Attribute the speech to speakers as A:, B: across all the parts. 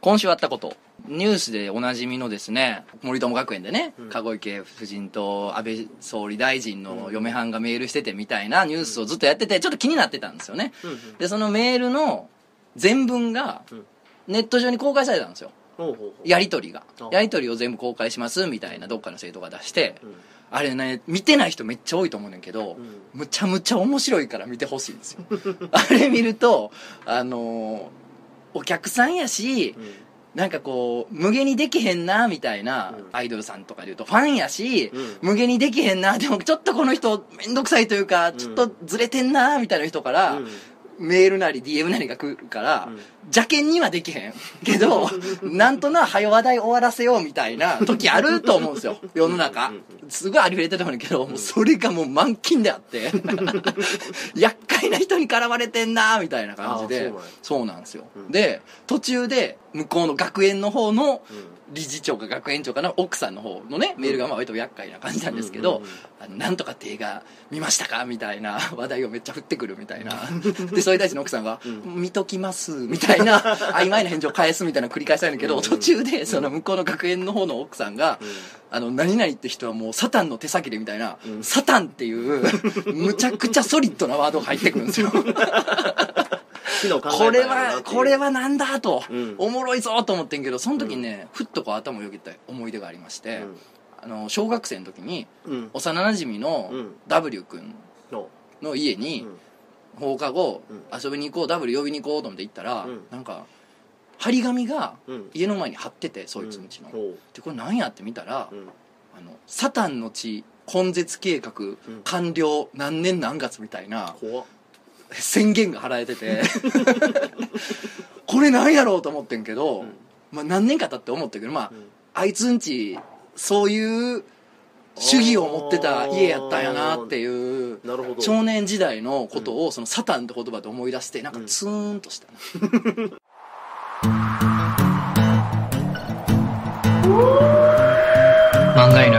A: 今週あったことニュースでおなじみのですね森友学園でね、
B: ん
A: 籠池夫人と安倍総理大臣の嫁はんがメールしててみたいなニュースをずっとやっててちょっと気になってたんですよね、
B: うんうん
A: でそのメールの全文が
B: うん
A: ネット上に公開されたんですよ
B: ほうほうほう
A: やり取りが
B: あ
A: やり取りを全部公開しますみたいなどっかの政党が出して、
B: うん
A: あれね見てない人めっちゃ多いと思うねんけど、
B: うん
A: むちゃむちゃ面白いから見てほしいんですよ あれ見るとあのーお客さんやし、
B: うん
A: なんかこう無限にできへんなみたいな、
B: うん
A: アイドルさんとかでいうとファンやし、
B: うん
A: 無限にできへんなでもちょっとこの人めんどくさいというか
B: ん
A: ちょっとずれてんなみたいな人から、
B: うん
A: メールなり DM なりが来るから、
B: うん
A: 邪険にはできへんけど なんとな早話題終わらせようみたいな時あると思うんですよ世の中
B: うんうん
A: すごいありふれてると思うんだけど、もうそれがもう満勤であって 厄介な人に絡まれてんなみたいな感じ
B: あー
A: で
B: そうな
A: そうな
B: んや
A: んですよ、
B: うん
A: で途中で向こうの学園の方の
B: うん
A: 理事長か学園長かの奥さんの方のねメールがまあ割と厄介な感じなんですけど、
B: うんうんうん
A: あのなんとかって映画見ましたかみたいな話題をめっちゃ振ってくるみたい なでそれに対しての奥さんが「見ときます」みたいな曖昧な返事を返すみたいなの繰り返したんだけど、
B: うんうん
A: 途中でその向こうの学園の方の奥さんが「あの何々って人はもうサタンの手先で」みたいな「
B: うん
A: サタン」っていう むちゃくちゃソリッドなワードが入ってくるんですよ。
B: 昨日考えたんやろうなっていう
A: これはこれはなんだと、
B: うん
A: おもろいぞと思ってんけどその時にね、ふっとこう頭をよぎった思い出がありまして、
B: うん
A: あの小学生の時に
B: うん
A: 幼なじみの
B: うん
A: W 君
B: の
A: の家
B: う
A: に
B: ん
A: 放課後
B: うん
A: 遊びに行こう W 呼びに行こうと思って行ったら、
B: うん
A: なんか張り紙が
B: うん
A: 家の前に貼っててそいつんちの、
B: ほう
A: でこれなんやって見たら、
B: うん
A: あの「サタンの血根絶計画
B: ん
A: 完了何年何月」みたいな
B: 怖っ
A: 宣言が払えてて これなんやろうと思ってんけど、
B: ん
A: まあ、何年か経って思ったけど、まあ
B: うん
A: あいつんちそういう主義を持ってた家やったんやなっていう
B: なるほど
A: 少年時代のことをそのサタンって言葉で思い出してなんかツーンとしたな、漫画犬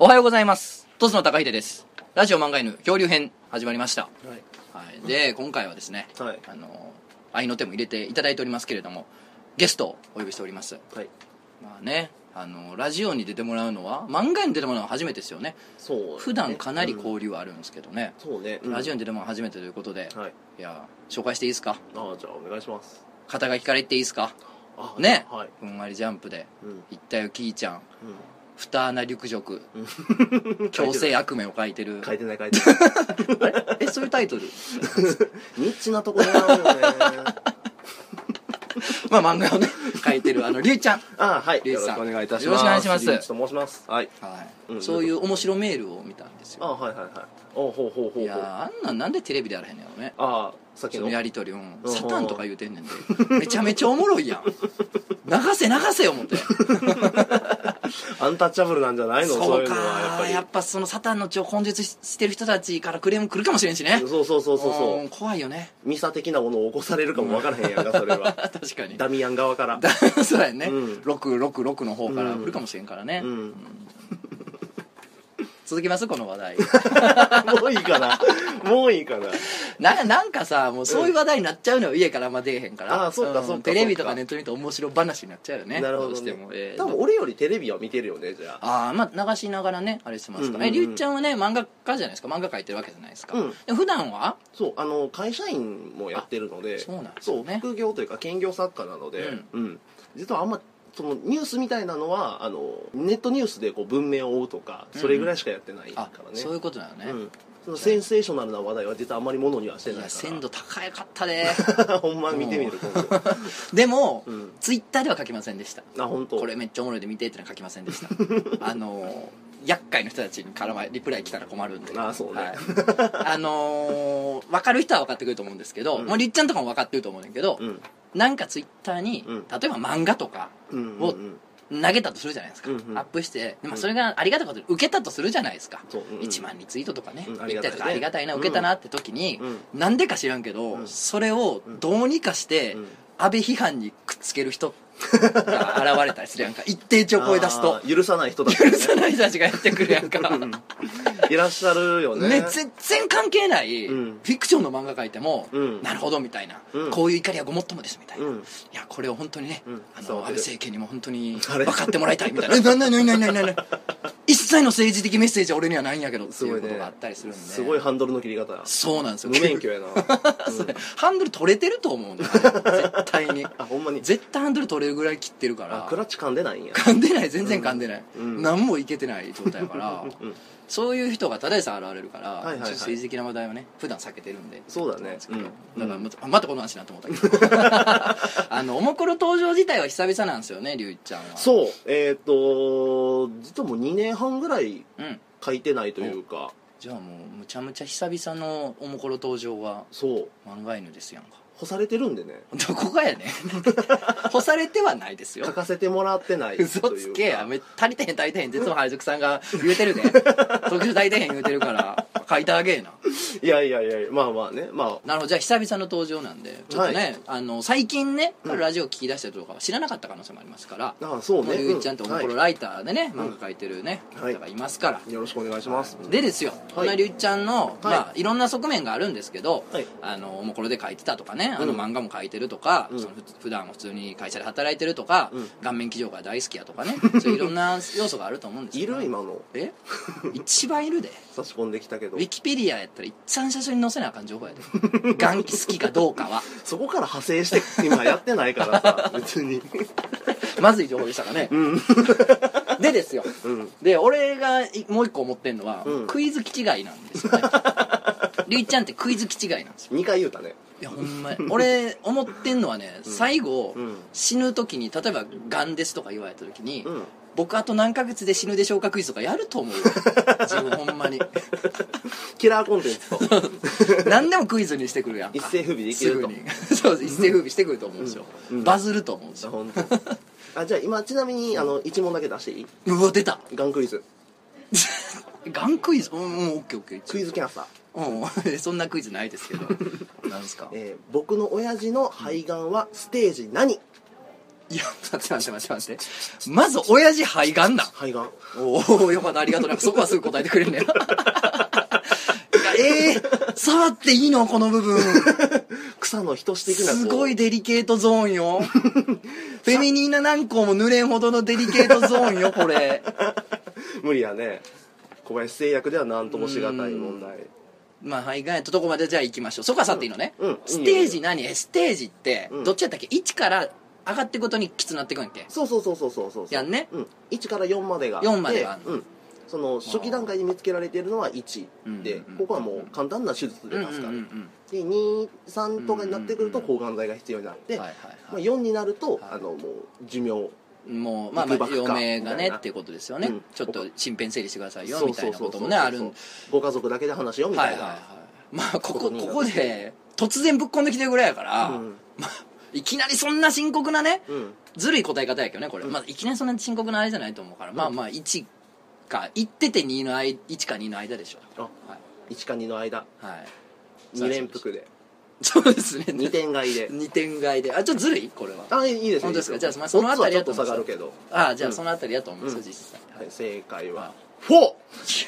A: おはようございますトスの高秀ですラジオ漫画犬恐竜編始まりました、
B: はい
A: はい、で今回はですね、
B: はい
A: あの愛の手も入れていただいておりますけれどもゲストをお呼びしております
B: はい
A: まあねあのラジオに出てもらうのは漫画に出てもらうのは初めてですよね
B: そうだね
A: 普段かなり交流はあるんですけどね
B: うん、そうね
A: ラジオ
B: オ
A: に出てもらうのは初めてということで、
B: はい
A: いや紹介していいですか
B: ああじゃあお願いします
A: 肩書きから言っていいですか
B: あ
A: ね、
B: はい
A: ふんわりジャンプで
B: うん
A: 「言ったよキーちゃん」
B: う
A: 「二穴陸辱」
B: ん
A: 「強制悪名」を書いてる
B: 書いてない書いてない
A: あれえそういうタイトル
B: ニッチなところだよね
A: まあ漫画をね書いてるあ のりゅうちゃん、
B: ああはい
A: リュ
B: よ
A: ウジ
B: ろし
A: さん
B: くお願いいたします
A: よろしくお願いします
B: リュウジと申しますはい
A: はい
B: うん
A: そういう面白メールを見たんです
B: あ
A: よ
B: あはいはいはいおうほうほうほ
A: いうや
B: ほうあ
A: ーあんなんなんでテレビでやらへんのやろね
B: あさっき
A: そ
B: の
A: のやり取りうん
B: うん
A: サタンとか言うてんねんでめちゃめちゃおもろいやん流せ流せ思って
B: アンタッチャブルなんじゃないの
A: そ
B: そういうのは
A: かや
B: やっ
A: っ
B: ぱ
A: ぱそのサタンの血を根絶ししてる人たちからクレーム来るかもしれんしね
B: りそうそうそうそうそ
A: ん怖いよね
B: うミサ的なものを起こされるかもわからへんやんかそれは
A: 確かに
B: ダミアン側から
A: だ そうやね、
B: うん
A: 666の方から来るかもしれんからね、
B: うん
A: 続きますこの話題
B: もういいかなもういいかな
A: ななんかさもうそういう話題になっちゃうのよ、家からあんま出えへんから
B: あーそうか
A: ん
B: そうか
A: テレビと
B: そう
A: か
B: か
A: ネット見て面白話になっちゃうよね
B: なるほど
A: うして
B: ね
A: も、えー
B: 多分俺よりテレビは見てるよねじゃあ
A: ああまあ流しながらねあれしてますから、
B: うんうんうん
A: えりゅうちゃんはね漫画家じゃないですか漫画描いてるわけじゃないですか、
B: うん
A: で普段は
B: そうあの会社員もやってるので
A: あそうなんです
B: そう
A: ね
B: 副業というか兼業作家なので
A: うん
B: うん実はあんまそのニュースみたいなのはあのネットニュースでこう文明を追うとかそれぐらいしかやってないか
A: あ
B: らね
A: そういうことなのね、
B: うんそのセンセーショナルな話題は実はあんまりものにはしてない
A: い
B: か
A: や
B: ら
A: 鮮度高かったで
B: ほんま見てみる今度
A: でも、
B: うん
A: ツイッターでは書きませんでした
B: あ本当
A: これめっちゃおもろいで見てってのは書きませんで したあのー厄介な人たちに絡まリプライ来たら困るんで
B: あそうね
A: はい、あのー分かる人は分かってくると思うんですけど、
B: うん
A: もうりっちゃんとかも分かってると思うねんだけど、
B: うん
A: なんかツイッターに、
B: うん
A: 例えば漫画とか
B: うん
A: を
B: うんうん
A: 投げたとするじゃないですか、
B: うんうん
A: アップしてでまあそれがありがたいことで受けたとするじゃないですか、
B: そううんうん
A: 1万リツイートとかね、
B: うんあり
A: 言っ
B: が
A: たり
B: たいね
A: とかありがたいな、受けたなって時に、
B: う
A: なんでか知らんけど、
B: うん
A: それをどうにかして、
B: うん
A: 安倍批判にくっつける人が現れ たりするやんか一定値を超え出すと
B: あー許さない人だ
A: 許さない人たちがやってくるやんか
B: んいらっしゃるよね
A: ね、全然関係ない、
B: うん
A: フィクションの漫画描いても、
B: うん
A: なるほどみたいな、
B: うん
A: こういう怒りはごもっともですみたいな、
B: う
A: い
B: ん
A: やこれを本当にね、
B: うん
A: あ
B: そう
A: の安倍政権にも本当に
B: あれ
A: 分かってもらいたいみ たいなえななななななな一切の政治的メッセージは俺にはないんやけどっていうことがあったりするんです
B: ごいハンドルの切り方
A: そうなんですよ
B: 無免許や な
A: それハンドル取れてると思うんだよ絶対 に
B: あほんまに
A: 絶対ハンドル取れるぐらい切ってるか
B: あ
A: ら
B: クラッチ噛んでないんや
A: 噛んでない全然噛んでない、
B: うんうん
A: 何もいけてない状態だから
B: うん
A: そういう人がただでさえ現れるから、
B: いはいは
A: ち
B: い
A: ょっと政治的な話題はね普段避けてるんで
B: そうだね
A: なんですけど
B: うん
A: だからまたあまたこの話になって思ったけど あのおもころ登場自体は久々なんですよね龍一ちゃんはう、
B: そうえっ、と実はもう2年半ぐらい
A: ん、
B: 書いてないというか
A: じゃあもうむちゃむちゃ久々のおもころ登場は
B: そう
A: 漫画犬ですやんか
B: 干されてるんでね
A: どこがや ねん干されてはないですよ
B: 書かせてもらってないというか
A: 嘘つけやめ足りてへん足りてへん絶の配属さんが言うてるで特殊足りてへん言うてるから書いてあげえない
B: やいやいやいやまあまあねま
A: なるほどじゃあ久々の登場なんでちょっとね、
B: は
A: あの最近ね
B: うん
A: ラジオ聞き出した人とかは知らなかった可能性もありますから、
B: ああそう
A: もう
B: ね
A: ゆういちゃんっておもころライターでね、
B: ん
A: 漫画描いてるね、
B: はい
A: 方がいますから
B: よろしくお願いします
A: でですよ、そんなりゅういちゃんの、いまあ、いろんな側面があるんですけど、
B: はい
A: あのおもころで書いてたとかねあの
B: うん
A: 漫画も書いてるとか、
B: うん
A: そのふ普段普通に会社で働いてるとか、
B: うん
A: 顔面騎乗が大好きやとかね そういういろんな要素があると思うんです
B: い
A: けど
B: る今の
A: え一番いるで
B: 差し込んできたけ
A: ウ
B: ど
A: ィキペディアやったら一番最初に載せなあかん情報やで元気好きかどうかは
B: そこから派生して今やってないか らさ別に
A: まずい情報でしたかね、
B: ん
A: でですよ
B: うん
A: で俺がいもう一個思ってんのは、
B: うん
A: クイズ気違いなんです よねりゅういちゃんってクイズ気違いなんですよ
B: 2回言うたね
A: いやほんまや俺思ってんのはね、最後、
B: うん
A: 死ぬ時に例えば「がんです」とか言われた時に、
B: うん
A: 僕あと何ヶ月で死ぬでしょうかクイズとかやると 思うよ自分ほんまに
B: キラーコンテンツと
A: 何でもクイズにしてくるやんか
B: 一世不備でき
A: す
B: る
A: ぐ
B: と
A: に そうです一世風靡してくると思うんですよ、
B: うんうん
A: バズると思うんです
B: あ
A: よ、
B: 本当。あじゃあ今ちなみにあの1問だけ出していいう
A: わ出た
B: ガンクイズ
A: ガンクイズうんうんオッケーオッケー
B: クイズキャンサー、
A: うん そんなクイズないですけど なんですか
B: えー僕の親父の肺がんはステージ何
A: いや待って待って待って待ってまず親父肺がんなん
B: 肺がん
A: おおよかったありがと うなんかそこはすぐ答えてくれんねや いやええ触っていいのこの部分
B: 草の一種的なこう
A: すごいデリケートゾーン よフェミニーな何個も濡れんほどのデリケートゾーンよこれ
B: 無理やね小林製薬では何ともしがたい問題
A: まあ肺がんやったとこまでじゃあ行きましょうそこは触っていいのね、
B: うんうん
A: ステージ何えステージって、
B: うん
A: どっちやったっけ1から上がっていくことにきつなっていくんやっけ
B: そうそうそうそうそうそう
A: やんね
B: うん、1から4までが
A: 4までがあんの
B: うん、その初期段階で見つけられているのは1で、
A: うんうんうん
B: ここはもう簡単な手術で助かる、
A: ん
B: で23とかになってくると
A: うんうんう
B: 抗がん剤が必要になっ
A: う
B: て、
A: んはいは
B: まあ、
A: い
B: 4になると、
A: はい
B: あのもう寿命
A: はいもうまあま
B: いくば
A: あ
B: くか
A: 嫁が
B: みたい
A: ね
B: な
A: っていうことですよね、
B: うん
A: ちょっと身辺整理してくださいよ
B: そう
A: みたいなこともね
B: そ
A: あ
B: うそう
A: る
B: そうんご家族だけで話よみ
A: は
B: た
A: い
B: い
A: はい
B: な、
A: はいまあここ
B: ことに
A: こ
B: なる
A: こで突然ぶっこんできてるぐらいやから、
B: うん
A: まあ、いきなりそんな深刻なね
B: うん
A: ずるい答え方やけどねこれ、まあ、いきなりそんな深刻なあれじゃないと思うから、まあまあ1か言ってて2の間1か2の間でしょ
B: あ
A: はい
B: 1か2の間
A: はい
B: 2連服で
A: そうですね
B: 2点買 いで
A: 二点買いであちょっとずるいこれは
B: あいいです
A: 本当ですか
B: いい
A: じゃあまあそのあたりや
B: オッズはちょっ
A: と思うん
B: と下がる
A: で
B: けど、
A: あじゃあ
B: うん
A: そのあたりやと思うんですよ、
B: うん
A: 実際、
B: はい、正解は
A: は
B: 4!
A: い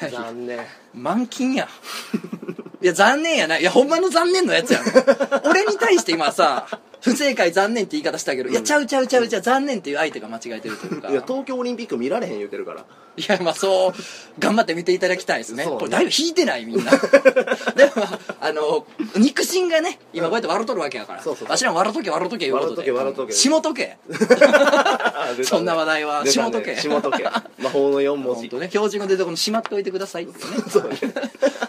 A: やいや
B: 残念
A: 満金や いや残念やないいやほんまの残念のや つやん俺に対して今さ不正解残念って言い方したけど、いやちゃうちゃうちゃうちゃう残念っていう相手が間違えてるというか
B: いや東京オリンピック見られへん言うてるから
A: いやまあそう頑張って見ていただきたいですね
B: そうね
A: これだいぶ引いてないみ んなでもあの肉親がね今こうやって笑うとるわけやから
B: そうそうそう
A: わしらも笑うとけ笑うとけ言うことで
B: 笑うとけ笑うとけ
A: 下とけ
B: あ出たね
A: そんな話題は
B: 出た
A: 下解け
B: 下解け魔法の4文
A: 本
B: 字
A: 当ね標準語でこのしまっておいてください ってね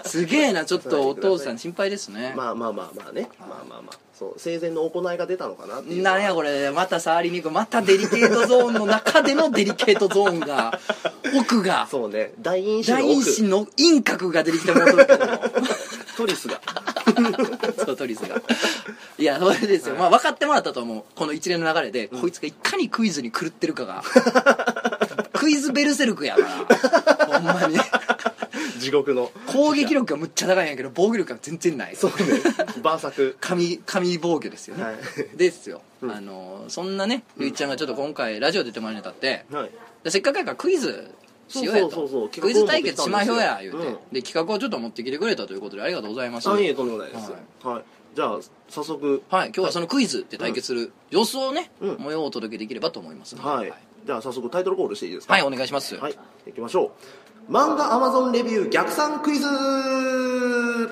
A: すげえなちょっとお父さん心配ですね
B: まあまあまあまあねまあまあまあそう生前の行いが出たのかなっていう
A: なんやこれまた触りに行くまたデリケートゾーンの中でのデリケートゾーン が奥が
B: そうね大陰子
A: 大
B: の
A: 陰子
B: 奥
A: の陰角が出てきてもらうとるけども
B: トリスが
A: そうトリスがいやそれですよ、まあ分かってもらったと思うこの一連の流れで、こいつがいかにクイズに狂ってるか がクイズベルセルクやからほんまに
B: 地獄の
A: 攻撃力がむっちゃ高いんやけど防御力が全然ない
B: そうねバーサク
A: 神神防御ですよね、
B: はい
A: ですよ、あのそんなねゆいちゃんがちょっと今回ラジオ出てもらうにあたって、
B: はい
A: でせっかくやからクイズしようや
B: そうそうそう
A: と
B: そう
A: クイズ対決しましょうや言
B: 企
A: うて、で企画
B: 画を持ってきたんですよ
A: をちょっと持ってきてくれたということでありがとうございます
B: あ
A: はいい
B: えとんでもないです
A: は
B: はい、じゃあ早速
A: 今日はそのクイズで対決する様子をね、
B: うん
A: 模様をお届けできればと思いますので
B: はい、
A: はい
B: じゃあ早速タイトルコールしていいですか
A: はいお願いします、
B: はい、行きましょう。漫画アマゾンレビュー逆算クイズ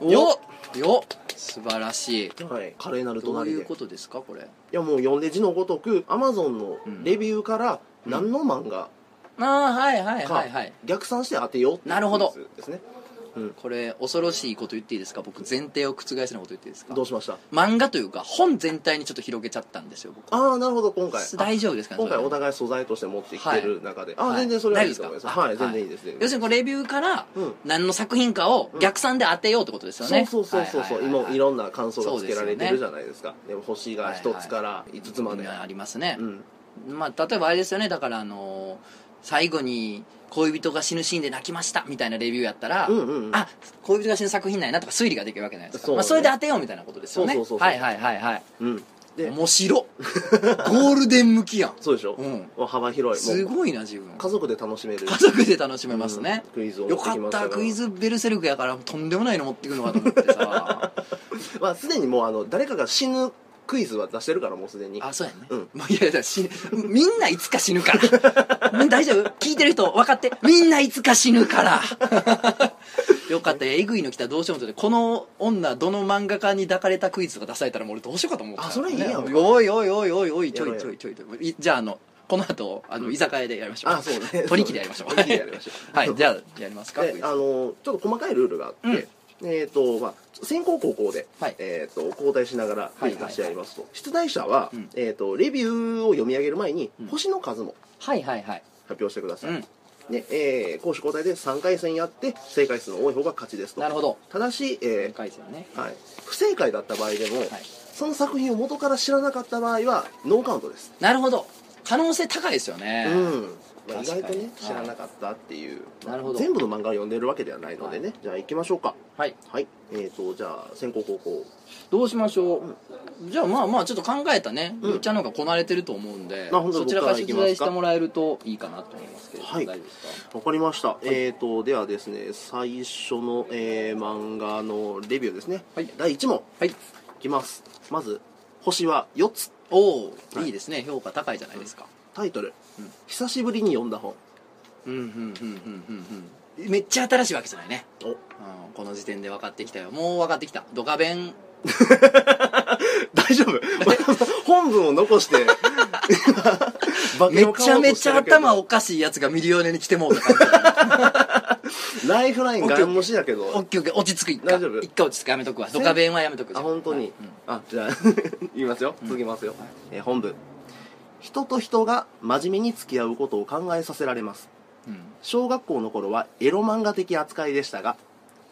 A: お
B: よ
A: よよ素晴らしい
B: っはい、華麗なる
A: どう
B: 隣
A: い
B: で。
A: う
B: い
A: ことですかこれ
B: や、もう読んで字のごとく、アマゾンのレビューから何の漫画
A: ああはいはい
B: か、
A: はいはい
B: 逆算して当てようっていう
A: なるほど
B: クイズですね。
A: これ恐ろしいこと言っていいですか僕前提を覆すようなこと言っていいですか
B: どうしました
A: 漫画というか本全体にちょっと広げちゃったんですよ僕
B: ああ、なるほど、今回。
A: 大丈夫ですか
B: あ
A: ね
B: 今回
A: それで
B: お互い素材として持ってきてる中で。あ
A: は
B: あ、
A: い
B: 全然それはいいと思います。
A: 大丈夫
B: はい、
A: ですか
B: 全然いいです。全然い
A: 要
B: いです
A: るにこうレビューから
B: うん
A: 何の作品かを逆算で当てようってことですよね、
B: そうそうそうそう、
A: はいいはいはい
B: 今いろんな感想がつけられてるじゃ
A: そ
B: ないですかでも星が一つから五つまで、
A: ありますね
B: う、ん
A: まあ、例えばあれですよねだからあのー最後に恋人が死ぬシーンで泣きましたみたいなレビューやったら、
B: うんうんうん
A: あ恋人が死ぬ作品ないなとか推理ができるわけじゃないですか
B: そう
A: まあ、それで当てようみたいなことですよね
B: そうそうそうそう
A: はいはいはいはい
B: うんで
A: 面白ゴールデン向きやん
B: そうでしょ、
A: うん
B: もう幅広いもう
A: すごいな自分
B: 家族で楽しめる
A: 家族で楽しめますね
B: うん、クイズを持
A: よ
B: ってきま
A: か
B: した
A: っ
B: が
A: たクイズベルセルクやからとんでもないの持ってくるのかと思って さ
B: まあすでにもうあの誰かが死ぬクイズは出してるからもうすでに
A: あそうやね、
B: うん
A: まあ、いやいや死ぬみんないつか死ぬから大丈夫聞いてる人分かってみんないつか死ぬから よかったえぐいの来たらどうしようもとこの女どの漫画家に抱かれたクイズが出されたらもう俺どうしようかと思った
B: あそれいいやん
A: おいおいおいおいおいち
B: や
A: ょ
B: ろう
A: い
B: や
A: ち
B: ろ
A: ょ
B: う
A: いちょいちょいいじゃああのこの後あの居酒屋でやりましょう、
B: あそうね
A: 取り切りやりましょう
B: 取り切りやりましょう
A: はいじゃあやりますかクイ
B: で
A: ズ
B: あ
A: は
B: のちょっと細かいルールがあって、
A: うん
B: えっ、とまあ先行後攻で、
A: はい
B: えー、と交代しながらクイズ出し合いますと、出題者は、
A: うん
B: えー、とレビューを読み上げる前に、
A: うん
B: 星の数も
A: いはいはい
B: 発表してください、
A: うん
B: で、えー、攻守交代で3回戦やって正解数の多い方が勝ちですと
A: なるほど
B: ただし、
A: 4
B: え
A: 回戦ね
B: ーはい、不正解だった場合でも、
A: はい
B: その作品を元から知らなかった場合はノーカウントです、
A: なるほど可能性高いですよね、
B: うんまあ、意
A: 確かに
B: 外とね
A: はい
B: 知らなかったっていう、
A: なるほど
B: 全部の漫画を読んでるわけではないのでね、じゃあ行きましょうか
A: はい
B: はいえー、とじゃあ先行後攻
A: どうしましょう、じゃあまあまあちょっと考えたね
B: うん
A: ぶっちゃんの方がこなれてると思うんで、
B: あ本当
A: そ
B: だ
A: ちらから出
B: 僕から
A: 題
B: 行きます
A: し
B: か
A: てもらえるといいかなと思いますけれども、
B: は
A: 大
B: い
A: 丈夫ですか
B: わかりました、えー、とではですね最初の、えー漫画のレビューですね、
A: はい
B: 第1問
A: はい
B: いきますまず星は4つ
A: おお、
B: はい
A: い、いですね評価高いじゃないですか、
B: タイトル、
A: うん
B: 久しぶりに読んだ本
A: うん、うんうんうんうんうんめっちゃ新しいわけじゃないね、
B: お
A: うん、この時点で分かってきたよもう分かってきたドカベン
B: 大丈 夫本文を残して 今化け
A: め
B: の
A: ちゃめちゃ
B: 顔を落としてるけど
A: 頭おかしいやつがミリオネに来てもうた 感じ
B: ライフラインガン無視やけ
A: オッ
B: ど
A: ケーオッケー落ち着く一
B: 大
A: 回
B: 丈夫
A: 一回落ち着くやめとくわドカベンはやめとく
B: あ本当に、
A: うん
B: あじゃあ 言いますよ続きますよ、えー本文人と人が真面目に付き合うことを考えさせられます
A: うん
B: 小学校の頃はエロ漫画的扱いでしたが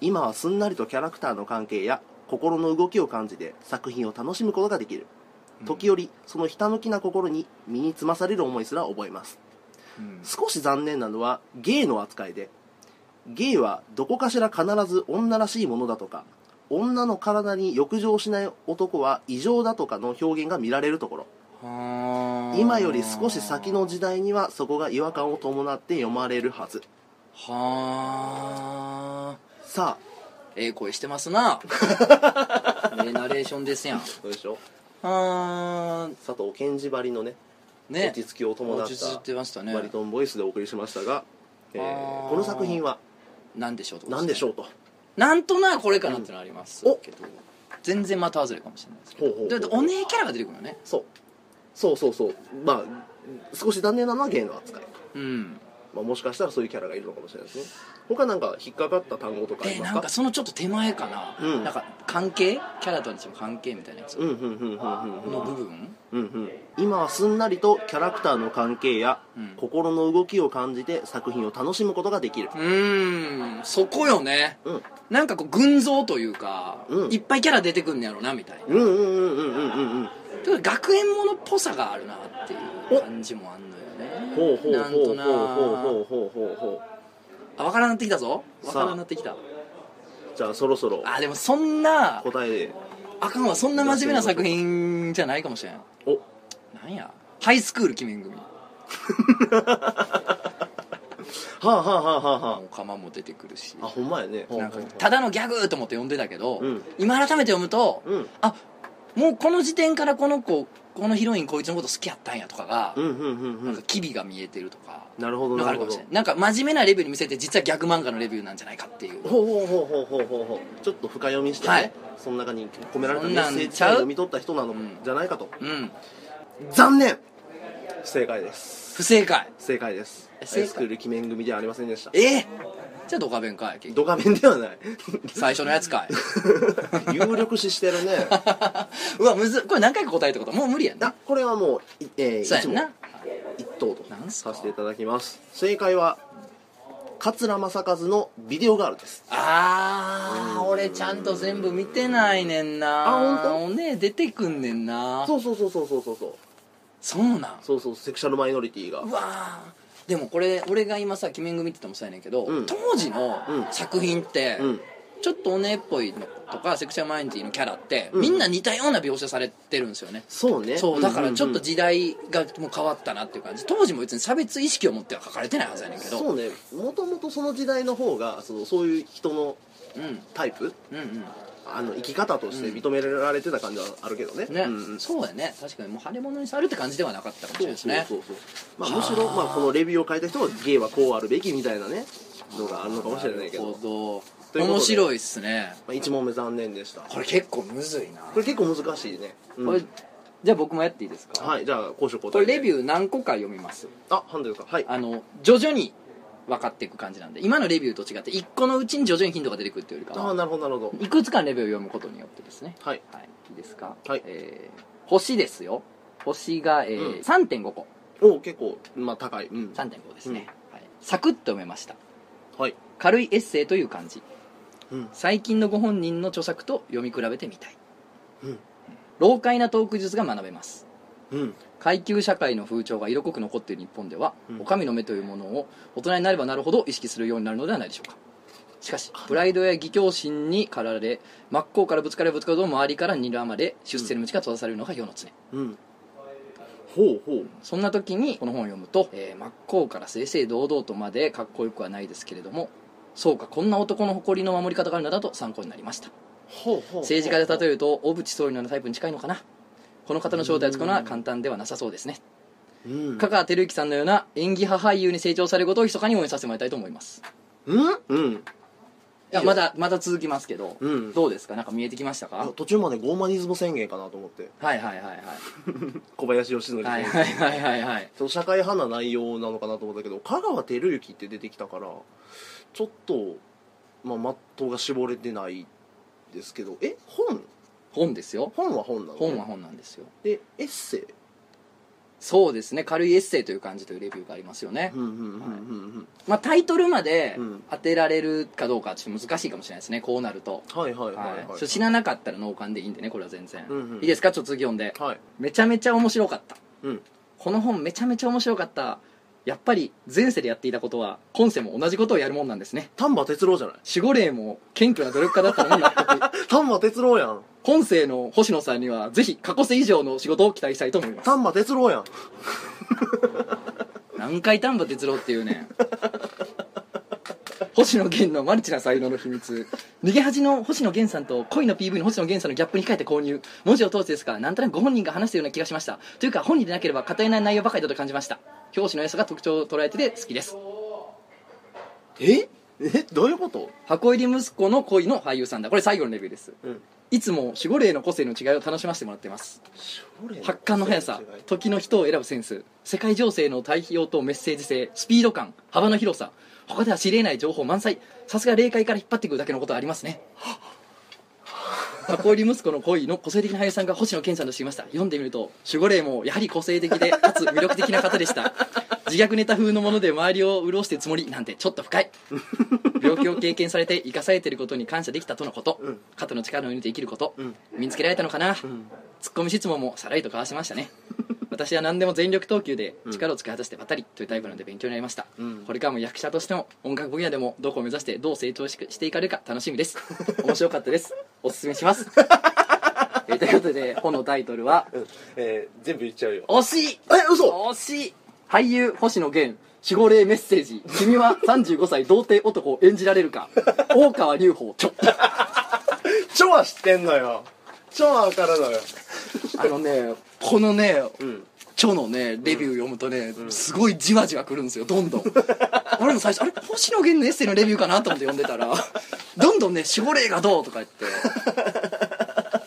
B: 今はすんなりとキャラクターの関係や心の動きを感じて作品を楽しむことができる時折そのひたむきな心に身につまされる思いすら覚えます
A: うん
B: 少し残念なのはゲイの扱いでゲイはどこかしら必ず女らしいものだとか女の体に浴場しない男は異常だとかの表現が見られるところ今
A: 今
B: より少し先の時代にはそこが違和感を伴って読まれるはず
A: はあ
B: さ
A: ええ声してます なええナレーションですやん
B: あどうでしょう
A: はー
B: 佐藤健二ばりのね
A: ね
B: 落ち着きを伴っ
A: 落ち着いて
B: た
A: ましたね
B: バリトンボイスでお送りしましたが、えー
A: あー
B: この作品は
A: なんでしょうってこと
B: 何でしょ
A: う
B: うと
A: なんとなくこれかなってのはあります
B: うんお
A: けど全然また外れかもしれないですけ
B: ほうほうほ
A: ど
B: う
A: だってお姉キャラが出てくるよね
B: そうそうそうそうまあ少し残念なのはゲイの扱い、
A: うん
B: まあ、もしかしたらそういうキャラがいるのかもしれないですね他なんか引っかかった単語とかあ
A: ええ
B: りま
A: な
B: す
A: ん
B: か
A: かそのちょっと手前かな
B: うん
A: なんか関係キャラとの関係みたいなやつ
B: うんうんうんうんうんうん
A: の部分
B: うんうん今はすんなりとキャラクターの関係や
A: うん
B: 心の動きを感じて作品を楽しむことができる
A: うーんそこよね
B: うん
A: なんかこう群像というか、
B: うん
A: いっぱいキャラ出てくんねやろなみたいな
B: うんうんうんうんうんうんうん
A: だから学園ものっぽさがあるなっていう感じもあんの
B: ほ
A: よ
B: う
A: ね
B: ほう
A: なん
B: ほ
A: と
B: う
A: な
B: ほうほう
A: く
B: ほうほうほう
A: あ分からんなってきたぞ
B: さあ
A: 分からんなってきた
B: じゃあそろそろ
A: あでもそんな
B: 答え
A: あかんわそんな真面目な作品じゃないかもしれん
B: を
A: なんやハイスクール鬼面組
B: はあはあはあはあは
A: もう釜も出てくるし
B: ああほんまやね
A: なんかた
B: た
A: だのギャグと思って読んでたけど、
B: うん
A: 今改めて読むと、
B: うん
A: あもうこの時点からこの子このヒロインこいつのこと好きやったんやとかが、
B: うんうんうんう
A: なん
B: ん
A: か機微が見えてるとか
B: なるほど
A: なんか
B: な
A: あ
B: る
A: る
B: ほ
A: か
B: ど
A: もしれないなんか真面目なレビューに見せて実はギャグ漫画のレビューなんじゃないかっていう
B: ほうほうほうほうほうほうほうちょっと深読みしてね、
A: はい
B: その中に込められた
A: そ
B: メ
A: んな
B: ッ
A: ん
B: セージ
A: ち
B: を
A: ゃう
B: 読み取った人なの
A: うん
B: じゃないかと、
A: うん
B: 残念不正解です
A: 不正解
B: 不正解です
A: え
B: ハ
A: 正解
B: イスクール鬼面組ではありませんでした
A: えー、じゃあドカベンかい結局
B: ドカベンではない
A: 最初のやつかい
B: 有力視してるね
A: うわむずっこれ何回か答えたこともう無理やんな
B: あこれはもうい,、えー、
A: そうやん
B: 一問
A: な
B: 一等と
A: なんす
B: さ
A: か
B: せていただきます正解は桂正和のビデオガールです
A: あー俺ちゃんと全部見てないねんな
B: あほんと
A: おねえ出てくんねんな
B: そうそうそうそうそうそうそう
A: そうなん
B: そうそうセクシャルマイノリティが
A: うわーでもこれ俺が今さ「鬼面組」って言ったのもそうやねんけど、
B: うん
A: 当時の
B: うん
A: 作品って、
B: うん
A: ちょっとおねえっぽいのとかセクシャルマイノリティのキャラって、
B: うん
A: みんな似たような描写されてるんですよね
B: そうね
A: そうだからちょっと
B: うん
A: 時代がもう変わったなっていう感じ当時も別に差別意識を持っては書かれてないはずやねんけど
B: そうねもともとその時代の方がそのそういう人の
A: うん
B: タイプ
A: うんうん
B: あの生き方として認められてた感じはあるけどね,、
A: ね、
B: うんうん
A: そうやね確かにもう腫れ物にされるって感じではなかったかもしれないですね
B: そうそうそうそう、まあ、むしろ、まあ、このレビューを変えた人は芸はこうあるべきみたいなねのがあるのかもしれないけど
A: なるほ
B: とい
A: ど
B: うことで
A: 面白いっすね
B: まあ、1問目残念でしたこ
A: これ結構むずいな
B: れ結構難しいね、うん
A: これじゃあ僕もやっていいですか
B: はいじゃあ交渉交
A: これレビ
B: ュー
A: ュー何個か読みます
B: あハンドルさんはい
A: あの徐々に分かっていく感じなんで今のレビューと違って1個のうちに徐々に頻度が出てくるっていうよりか
B: ああ
A: は
B: なるほどなるほど
A: いくつかのレビューを読むことによってですね
B: はい
A: はいいいですか
B: はい
A: えー星ですよ星が、え
B: うん
A: ー3.5個
B: お結構まあ高いうん
A: 3.5ですね、はい、サクッと読めました
B: はい
A: 軽いエッセイという感じ
B: うん
A: 最近のご本人の著作と読み比べてみたい、
B: うん
A: 老快なトーク術が学べます
B: うん
A: 階級社会の風潮が色濃く残っている日本では、
B: うん
A: お上の目というものを大人になればなるほど意識するようになるのではないでしょうかしかしプライドや義教心に駆られ真っ向からぶつかればぶつかると周りから睨まれ出世の道が閉ざされるのが世の常、
B: うんほうほう
A: そんな時にこの本を読むと、えー真っ向から正々堂々とまでかっこよくはないですけれどもそうかこんな男の誇りの守り方があるのだと参考になりました
B: ほうほう
A: 政治家で例え
B: え
A: ると小渕総理のようなタイプに近いのかなこの方の正体をつくのは簡単ではなさそうですね
B: うん
A: 香川照之さんのような演技派俳優に成長されることを密かに応援させてもらいたいと思います
B: うんうん
A: いやまだまだ続きますけど、
B: うん
A: どうですかなんか見えてきましたか
B: あ途中までゴーマニズム宣言かなと思って
A: はいはいはいはい
B: 小林義則
A: はい
B: ち
A: はいはいはいはい
B: ょっと社会派な内容なのかなと思ったけど香川照之って出てきたからちょっとまあまっとうが絞れてないですけどえ本
A: 本ですよ
B: 本は本なの
A: 本は本なんですよ
B: でエッセイ
A: そうですね軽いエッセイという感じというレビューがありますよね、
B: うんうんうんうん
A: まあ、タイトルまで
B: うん
A: 当てられるかどうかはちょっと難しいかもしれないですねこうなると、
B: うんはいはいはい
A: はいちょ
B: は
A: っ
B: い
A: と知らなかったら脳幹でいいんでねこれは全然、
B: うんうん
A: いいですかちょっと次読んで
B: はい
A: めちゃめちゃ面白かった
B: うん
A: この本めちゃめちゃ面白かったやっぱり前世でやっていたことは今世も同じことをやるもんなんですね
B: 丹波哲郎じゃない
A: 守護霊も謙虚な努力家だったのに納得
B: 丹波哲郎やん
A: 今世の星野さんにはぜひ過去世以上の仕事を期待したいと思います
B: 丹波哲郎やん
A: 何回丹波哲郎っていうねん星野源のマルチな才能の秘密逃げ恥の星野源さんと恋の PV の星野源さんのギャップに控えて購入文字を通してですがなんとなくご本人が話したような気がしましたというか本人でなければ語れない内容ばかりだと感じました表紙の良さが特徴を捉えてて好きです
B: ええどういうこと
A: 箱入り息子の恋の俳優さんだこれ最後のレビューです
B: うん
A: いつも守護霊の個性の違いを楽しませてもらってます発汗の速さ時の人を選ぶセンス世界情勢の対比応とメッセージ性スピード感幅の広さ他では知り得ない情報満載さすが霊界から引っ張ってくるだけのことはありますね 箱入り息子の恋の個性的な俳優さんが星野源さんと知りました読んでみると守護霊もやはり個性的でかつ魅力的な方でした自虐ネタ風のもので周りを潤してるつもりなんてちょっと深い 病気を経験されて生かされてることに感謝できたとのこと、
B: うん
A: 肩の力を抜いて生きること、
B: うん
A: 身につけられたのかな、
B: ん
A: ツッコミ質問もさらりと交わしました ね私は何でも全力投球で力を使い果たしてばたりというタイプなので勉強になりました、
B: うん
A: これからも役者としても音楽分野でもどこを目指してどう成長ししていかれるか楽しみです 面白かったですおすすめしますえーということで本のタイトルは
B: えー全部言っちゃうよ
A: 「惜しい
B: え嘘
A: 惜しい俳優星野源守護霊メッセージ君は35歳童貞男を演じられる か大川隆法ちょ
B: 超は知ってんのよ超は分かるのよ
A: あのねこのね
B: うん
A: チョのねレビュー読むとね、すごいじわじわくるんですよどん どん俺も最初あれ星野源のエッセイのレビューかなと思って読んで たらどんどんね守護霊がどうとか言って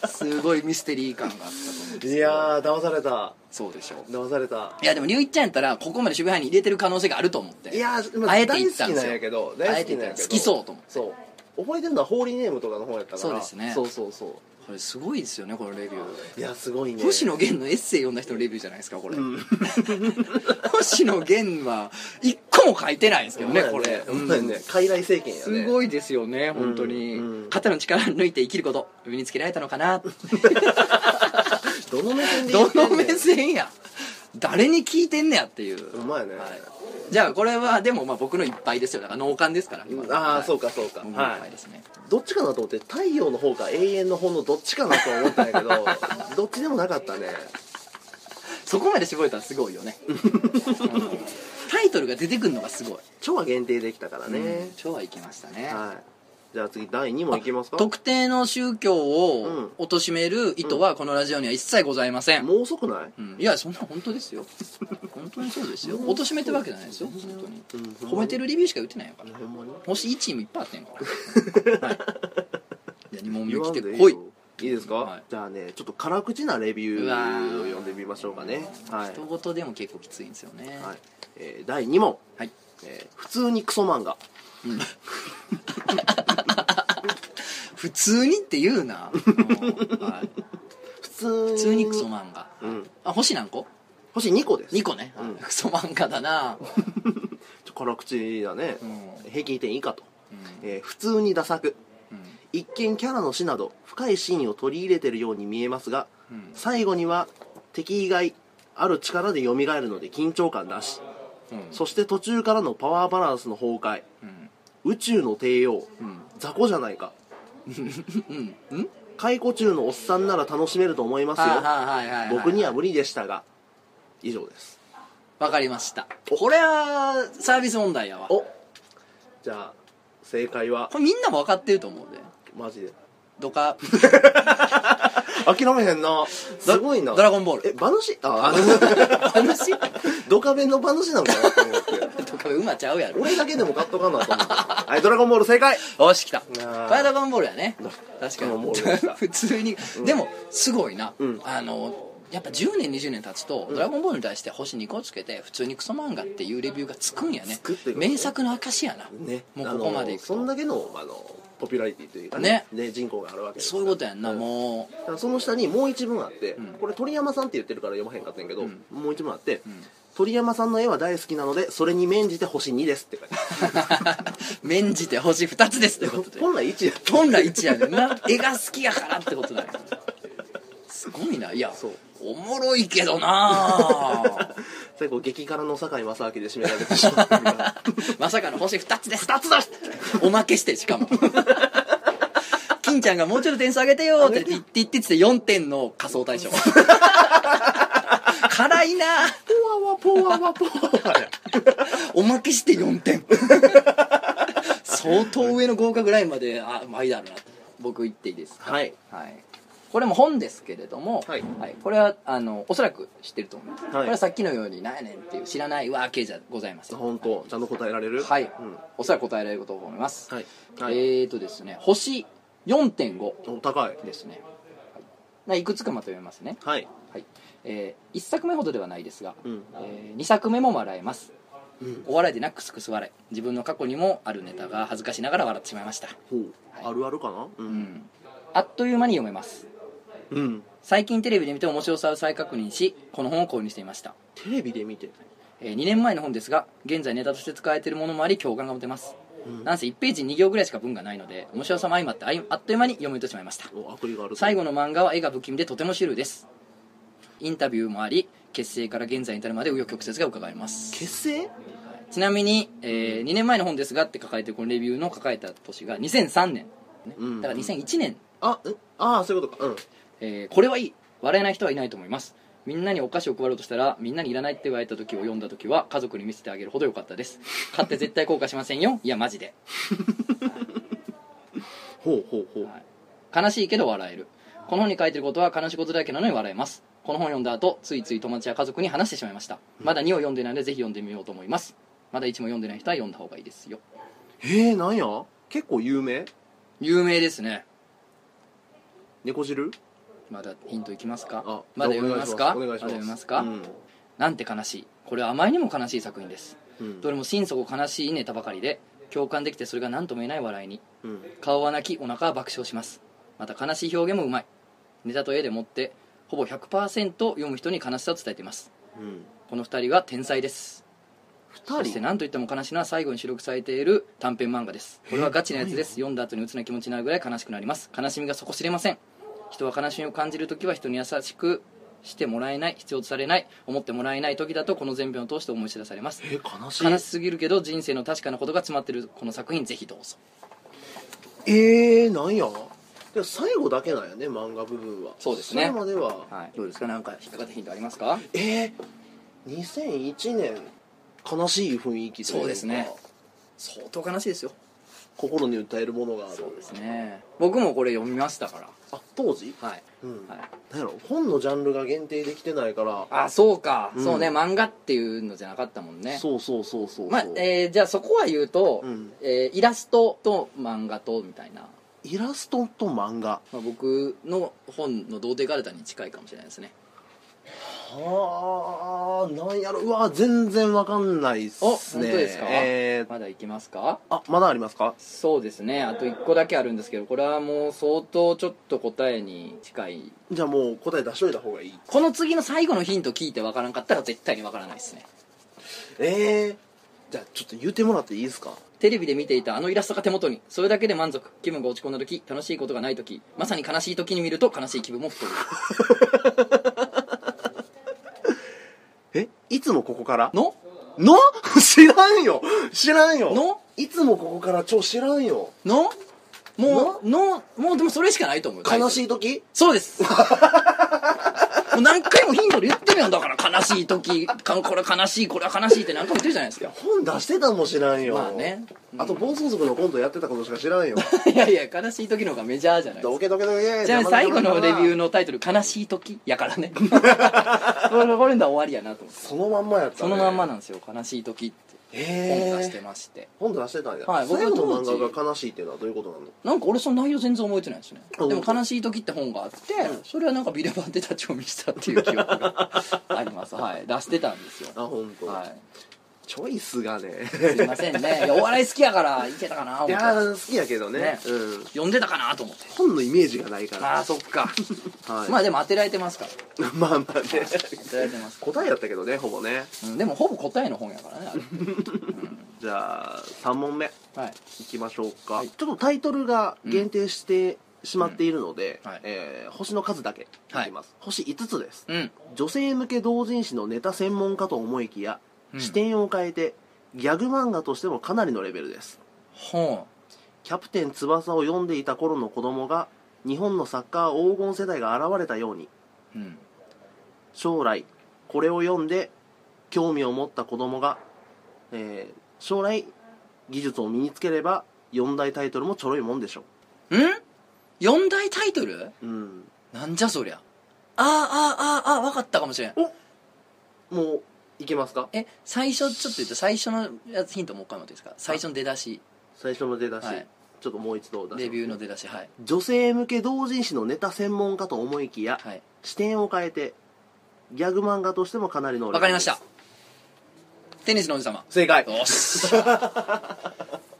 A: すごいミステリー感があったと思うんです
B: いやー騙された
A: そうでしょう
B: 騙された
A: いやでも龍一ちゃんやったらここまで守備範囲に入れてる可能性があると思って
B: いやー、まあ、
A: あえて
B: 大
A: 言
B: 好
A: っ
B: き
A: たんですよ
B: なんやけど
A: あ
B: 大
A: えて
B: 好き
A: 言
B: な
A: っ
B: ん
A: たん
B: やけ
A: で
B: ど
A: す好きそうと思って
B: そう覚えてるのはホーリーネームとかの方やったから
A: そうですね
B: そうそうそ
A: これすごいですよねこのレビュー
B: ういやすごいね
A: 星野源のエッセイ読んだ人のレビューじゃないですかこれ、
B: うん
A: 星野源は一個も書いてないんですけどね
B: ほ
A: こ
B: んまや
A: れ、
B: ほんまやね傀儡政権やね
A: すごいですよね本当に、
B: うん
A: 肩の力抜いて生きること身につけられたのかな
B: どの目線で言
A: ど
B: ってんね
A: の
B: ん
A: 目線や誰に聞いてんねやっていう
B: ほんまやね
A: はい、じゃあこれはでもまあ僕のいっぱいですよだから脳幹ですから今の
B: ああそう
A: か
B: かそうか
A: 僕のいっ
B: は
A: ぱい
B: い
A: ですね、
B: どっちかなと思って太陽の方か永遠の方のどっちかなと思ったんやけどどっちでもなかったね
A: そこまで絞れたらすごいよ ねうんタイトルが出てくるのがすごい
B: 超は限定できたからね、
A: 超は行きましたね、
B: はいじゃあ次第2問いきますか
A: 特定の宗教を貶める意図はこのラジオには一切ございません、
B: もう遅くない
A: うんいやそんな本当ですよ本当にそうですよ貶めてるわけじゃないですよ本当に
B: うん
A: 褒めてるレビューしか言ってないんやから
B: ほんまに
A: 星1位もいっぱいあってんから、はい、じゃあ2問目来てこい
B: いいですか、
A: はい
B: じゃあねちょっと辛口なレビュ
A: うわー
B: ーを読んでみましょうかねはい、
A: 人事でも結構きついんですよね
B: はいえー第2問、
A: はい
B: えー普通にクソ漫画
A: 普通にって言うな、うんはい
B: 普通に
A: 普通にクソ漫画
B: うん
A: あ星何個
B: 星2個です
A: ?2 個ね、
B: うん
A: クソ漫画だな、
B: ちょ辛口だね、
A: うん
B: 平均点以下と、
A: うん
B: えー普通にダ作
A: うん
B: 一見キャラの死など深いシーンを取り入れてるように見えますが、
A: うん
B: 最後には敵以外ある力で蘇るので緊張感なし
A: うん
B: そして途中からのパワーバランスの崩壊
A: うん
B: 宇宙の帝王
A: うん
B: 雑魚じゃないか
A: うんうん
B: 解雇中のおっさんなら楽しめると思いますよ
A: はいはいはいはい
B: 僕には無理でしたが以上です
A: わかりましたこれはサービス問題やわこ
B: おじゃあ正解は
A: れみんなも分かってると思うで
B: マジで
A: ドカ
B: 諦めへんなすごいな
A: ドドラゴンボー
B: え
A: ル
B: 馬主ああ
A: 話
B: ドカベンの馬主なのかなと思って
A: ドカベ馬ちゃうやろ
B: 俺だけでも買っとかなと思ってはい「ドラゴンボール」正解
A: よし来たこれ
B: ー
A: はドラゴンボールやね確か
B: ドラゴンボ
A: に
B: ールでした
A: 普通にでもすごいな
B: うん
A: あのやっぱ10年20年経つと「ドラゴンボール」に対して星2個つけて普通にクソ漫画っていうレビューがつくんやね
B: つくってこと
A: 名作の証やな
B: ね
A: もうここまでい
B: あの
A: く
B: そん
A: と
B: だけのあのポピュラリティというか
A: ね
B: ねね人口があるわけです
A: そういうことやんな
B: うん
A: もう
B: だからその下にもう一文あって、
A: ん
B: これ鳥山さんって言ってるから読まへんかったんやけど、
A: ん
B: もう一文あって、
A: ん
B: 鳥山さんの絵は大好きなのでそれに免じて星2ですって書いてあ
A: 免じて星2つですという こと
B: る
A: で
B: 本来1やった
A: 本来一やねんな絵が好きやからってことだよすごいないや
B: そう
A: おもろいけどな
B: 最後激辛の堺正明で締められてしまったみたいな
A: まさかの星2つです
B: 2つだし
A: おまけしてしかも金ちゃんがもうちょっと点数上げてよって言って言ってって4点の仮想対象辛いな
B: ポワワポワワポワワや
A: おまけして4点相当上の合格ラインまであうまいだろうな僕言っていいですか
B: はい
A: はい、これも本ですけれども、
B: はい
A: これはあのおそらく知ってると思います、
B: い
A: これはさっきのように「なんやねん」っていう知らないわけじゃございません
B: 本当ちゃんと答えられる
A: はい、
B: うん
A: おそらく答えられると思います、
B: はい、はい
A: えーとですね星4.5
B: お高い
A: ですね、はいないくつかまとめますね、
B: はい
A: はいえ1作目ほどではないですが、
B: うん
A: え2作目も笑えます
B: うん
A: お笑いでなくクスクス笑い自分の過去にもあるネタが恥ずかしながら笑ってしまいました、
B: ほうあるあるかな
A: う
B: う
A: んん、あっという間に読めます
B: うん
A: 最近テレビで見て面白さを再確認しこの本を購入していました、
B: テレビで見て
A: え2年前の本ですが現在ネタとして使えているものもあり共感が持てます、
B: うん
A: なんせ1ページ2行ぐらいしか文がないので面白さも相まってあいあっという間に読めてしまいました
B: おアプリがある
A: 最後の漫画は絵が不気味でとてもシュールですインタビューもあり結成から現在に至るまで紆余曲折が伺えます
B: 結成
A: ちなみに、え2年前の本ですがって書かれてるこのレビューの書かれた年が2003年、ね
B: うん
A: だから2001年
B: あえああそういうことかうん
A: えーこれはいい笑えない人はいないと思いますみんなにお菓子を配ろうとしたらみんなにいらないって言われた時を読んだ時は家族に見せてあげるほど良かったです買って絶対後悔しませんよい やマジで、
B: ほうほうほう、
A: はい悲しいけど笑えるこの本に書いてることは悲しいことだらけなのに笑えますこの本読んだ後ついつい友達や家族に話してしまいましたまだ2を読んでないのでぜひ読んでみようと思いますまだ1も読んでない人は読んだ方がいいですよ
B: へえなんや結構有名
A: 有名ですね
B: 猫汁
A: まだヒントいきますか
B: あ
A: まだ読めますか
B: お願
A: だ
B: いします
A: 読めますか、
B: うん
A: なんて悲しいこれはあまりにも悲しい作品です
B: うん
A: どれも心底悲しいネタばかりで共感できてそれが何とも言えない笑いに
B: うん
A: 顔は泣きお腹は爆笑しますまた悲しい表現もうまいネタと絵でもってほぼ100%読む人に悲しさを伝えています
B: うん
A: この2人は天才です
B: 二
A: そして
B: 人
A: 何と言っても悲しいのは最後に収録されている短編漫画ですこれはガチなやつです読んだ後に鬱な気持ちになるぐらい悲しくなります悲しみが底知れません人は悲しみを感じるときは人に優しくしてもらえない必要とされない思ってもらえない時だとこの全編を通して思い知らされます
B: え悲しい
A: 悲しすぎるけど人生の確かなことが詰まってるこの作品ぜひどうぞ
B: えー、なんやでも最後だけなんやね漫画部分は
A: そうですね
B: それまでは、
A: はいどうですかなんか引っかかったヒントありますか
B: えー、2001年悲しい雰囲気というか
A: そうですね相当悲しいですよ
B: 心に訴えるものがある
A: そうですね僕もこれ読みましたか
B: あ当時
A: らはい、
B: うん、
A: はい、
B: なんやろ本のジャンルが限定できてないから
A: あそうか、
B: うん
A: そうね漫画っていうのじゃなかったもんね
B: そうそうそうそうそう、
A: まあえーじゃあそこは言うと、
B: うん
A: えーイラストと漫画とみたいな、
B: イラストと漫画
A: まあ、僕の本の童貞ガルタに近いかもしれないですね
B: はあなんやろうわ全然わかんないっすね
A: お本当ですか
B: えー、
A: まだいきますか
B: あまだありますか
A: そうですねあと1個だけあるんですけどこれはもう相当ちょっと答えに近い
B: じゃあもう答え出しといた方がいい
A: この次の最後のヒント聞いてわからんかったら絶対にわからないですね
B: えー、じゃあちょっと言うてもらっていいですか
A: テレビで見ていたあのイラストが手元にそれだけで満足気分が落ち込んだ時楽しいことがない時まさに悲しい時に見ると悲しい気分も太る
B: えいつもここから
A: の
B: の 知らんよ知らんよ
A: の
B: いつもここから超知らんよ
A: のもうのもうでもそれしかないと思う
B: 悲し
A: い
B: い時
A: そうです もう何回もヒントで言ってるやんだから悲しい時かこれは悲しいこれは悲しいって何回も言ってるじゃないです か
B: 本出してたも知らんよ
A: まあねうん
B: あと暴走族のコントやってたことしか知らん よ
A: いやいや悲しい時の方がメジャーじゃないです
B: ど
A: か
B: けどけどけ
A: じゃあ最後のレビュー
B: の
A: のタイトル「悲しい時」やから ねこれこれのは終わりやなと思って
B: そのまんまやった、ね、
A: そのまんまなんですよ「悲しい時」って本出して
B: へえ
A: まして
B: 本出してたんや、
A: はい僕
B: 最後の
A: 当時
B: 漫画が悲しいっていうのはどういうことなの
A: なんか俺その内容全然覚えてないですね
B: あ
A: でも「
B: 本当
A: 悲しい時」って本があって、
B: うん
A: それはなんかビデオ版で立ち読みしたっていう記憶があり ますはい出してたんですよ
B: あ本当、
A: は
B: チョイスがね
A: いすいませんねいやお笑い好きやからいけたかない思っ
B: や
A: て
B: ー好きやけどね
A: ね
B: うん
A: 読んでたかなと思って
B: 本のイメージがないから
A: ああそっか
B: はい、
A: まあでも当てられてますから
B: まあまあね
A: 当てられてます、
B: 答えやったけどねほぼね
A: うん、でもほぼ答えの本やからねあれ
B: じゃあ3問目
A: はい
B: いきましょうか、
A: はい
B: ちょっとタイトルが限定してしまっているので、
A: うんはい
B: えー星の数だけいきます、星5つです
A: うん
B: 女性向け同人誌のネタ専門かと思いきや、
A: うん
B: 視点を変えてギャグ漫画としてもかなりのレベルです
A: ほ
B: キャプテン翼を読んでいた頃の子供が日本のサッカー黄金世代が現れたように
A: ううん
B: 将来これを読んで興味を持った子供が、えー将来技術を身につければ四大タイトルもちょろいもんでしょ
A: うん四大タイトル
B: う、うん、
A: なんじゃそりゃあーあーあーあー分かったかもしれん
B: もういけますか
A: え最初ちょっと言って最初のやつヒントもう一回もらっていいですか最初の出だし
B: 最初の出だし、
A: はい
B: ちょっともう一度出します
A: レビューの出だしはい
B: 女性向け同人誌のネタ専門家と思いきや、
A: はい
B: 視点を変えてギャグ漫画としてもかなりのレベ
A: わ
B: ル
A: かりまし
B: で
A: た
B: す
A: テニスの王子様
B: 正解
A: よっしゃ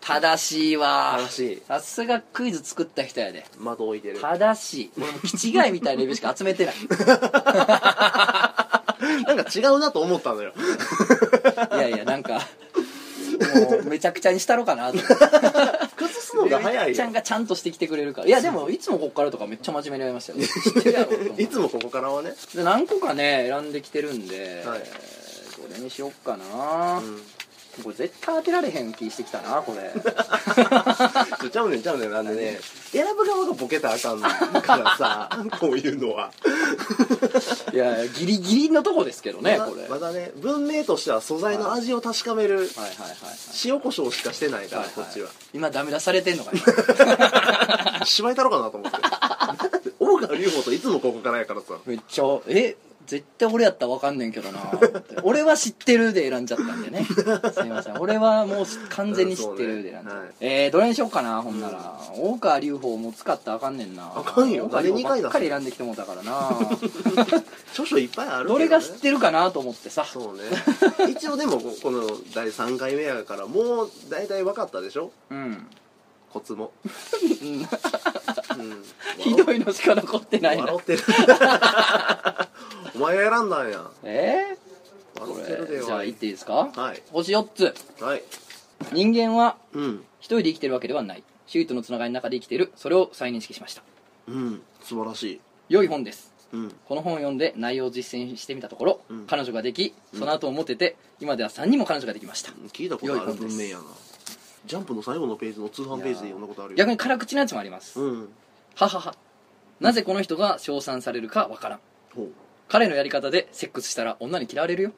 A: 正しいわ
B: 正しい
A: さすがクイズ作った人やで
B: 窓置い てる
A: 正しい俺もう違いみたいなレビューしか集めてない
B: なんか違うなと思ったのよ
A: いやいやなんかもうめちゃくちゃにしたろかなと思って
B: 崩すのが早い
A: ちゃ
B: よ
A: んがちゃんとしてきてくれるからいやでもいつもこっからとかめっちゃ真面目にやり ましたよ知ってるやろと思って
B: いつもここからはね、
A: で何個かね選んできてるんで、
B: はい
A: どれにしよっかな、
B: うん
A: これ絶対当てられへん気してきたなこれ
B: ちょちゃうねんちゃうねんあのね選ぶ側がボケたらあかんからさ こういうのはい
A: やギリギリのとこですけどね
B: まだ
A: これ
B: まだね文明としては素材の味を確かめる
A: はいはいはいはい
B: 塩コショウしかしてないから、
A: はい
B: こっちは
A: 今ダメ出されてんのかな
B: 芝居太郎かなと思って 大川隆法といつもここからやからさ
A: めっちゃえ絶対俺やったら分かんねんけどな って俺は知ってるで選んじゃったんでねすいません俺はもう完全に知ってるで選んじゃった、
B: うんそうねはい
A: えー、どれにしようかなほんなら、大川隆法も使ったらあかんねんな
B: あかんよ
A: 大川隆法ばっかり
B: 誰
A: 選んできてもうたからな
B: 著書いっぱいあるけど、
A: ど
B: ね、
A: れが知ってるかなと思ってさ
B: そうね一応でもここの第3回目やからもう大体分かったでしょ
A: うん
B: コ ツも、うん、
A: ひどいのしか残ってないな
B: 笑ってるお前が選んだんや
A: えー、
B: 笑
A: こ
B: ってるで
A: れ
B: よ
A: じゃあ言っていいですか、
B: はい
A: 星4つ
B: はい
A: 人間は
B: うん
A: 一人で生きてるわけではない周囲とのつながりの中で生きているそれを再認識しました
B: うん素晴らしい
A: 良い本です
B: うん
A: この本を読んで内容を実践してみたところ、
B: うん
A: 彼女ができその後をモテて、今では3人も彼女ができました、
B: 聞いたことある
A: 良い本です
B: 文明やなジャンプの最後のページの通販ページで読んだことあるよ
A: 逆に辛口なやつもあります、
B: うん
A: はははなぜこの人が称賛されるかわからん
B: ほう
A: 彼のやり方でセックスしたら女に嫌われる よ